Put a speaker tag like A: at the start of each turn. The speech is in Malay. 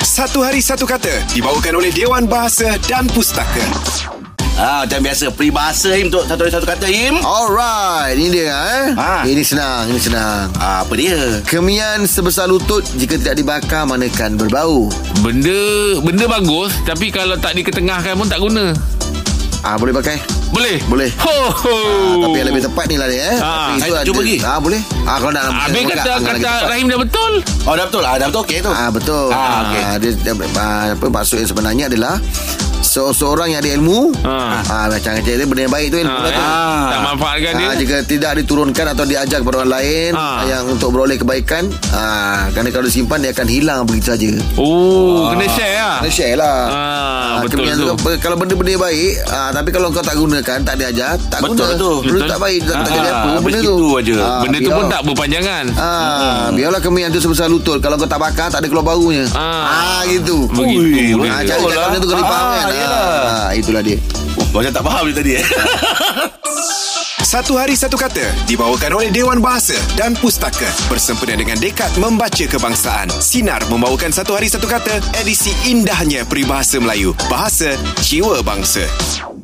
A: Satu Hari Satu Kata dibawakan oleh Dewan Bahasa dan Pustaka.
B: Ah, macam biasa peribahasa Im untuk satu hari satu kata Im.
C: Alright, ini dia eh.
B: Ha.
C: Ini senang, ini senang.
B: Ah, apa dia?
C: Kemian sebesar lutut jika tidak dibakar manakan berbau.
D: Benda benda bagus tapi kalau tak diketengahkan pun tak guna.
C: Ah boleh pakai.
D: Boleh?
C: Boleh.
D: Ho ho.
C: Ah, tapi yang lebih tepat ni lah dia eh. Tapi
D: Ah,
C: itu
B: saya cuba
C: ada-
B: pergi.
C: Ah boleh. Ah kalau nak
D: Habis
C: nak
D: kata
C: angkat lagi
D: kata
C: tepat.
D: Rahim dah betul.
B: Oh, dah betul. Ah, dah betul okey tu.
C: Ah betul.
B: Ah, okey.
C: Ah, dia, dia ah, apa maksud yang sebenarnya adalah seseorang yang ada ilmu ah,
D: Ah.
C: ah macam kata dia benda yang baik tu ilmu
D: Ah,
C: lah tu.
D: eh, tak manfaatkan dia.
C: Ah, jika tidak diturunkan atau diajar kepada orang lain
D: Ah.
C: yang untuk beroleh kebaikan ah kerana kalau disimpan dia akan hilang begitu saja.
D: Oh, kena share lah.
C: Ah. Kena share lah
D: Ah, betul
C: kena
D: tu.
C: jangan- Kalau benda-benda baik ah, Tapi kalau kau tak gunakan Tak diajar Tak
B: Betul
C: guna
B: tu.
C: Benda
D: Betul.
C: tak baik Tak, tak
D: Ah,
C: jadi apa
B: habis
C: Benda tu Ah,
B: gitu aja.
D: Benda tu
C: biar.
D: pun tak Hmm. berpanjangan.
C: Ah, biarlah kemian tu sebesar lutut. Kalau kau tak bakar tak ada keluar baunya. Ah,
D: Ah.
C: gitu.
D: Begitu
C: Ui,
D: dia.
C: ah, cari cakap
B: Betul
C: benda tu
B: lah.
C: kena faham
B: Ah,
C: kan.
B: yelah.
C: Ah, itulah dia.
B: Oh, macam tak faham dia tadi eh.
A: Satu Hari Satu Kata dibawakan oleh Dewan Bahasa dan Pustaka bersempena dengan Dekat Membaca Kebangsaan. Sinar membawakan Satu Hari Satu Kata edisi indahnya peribahasa Melayu, bahasa jiwa bangsa.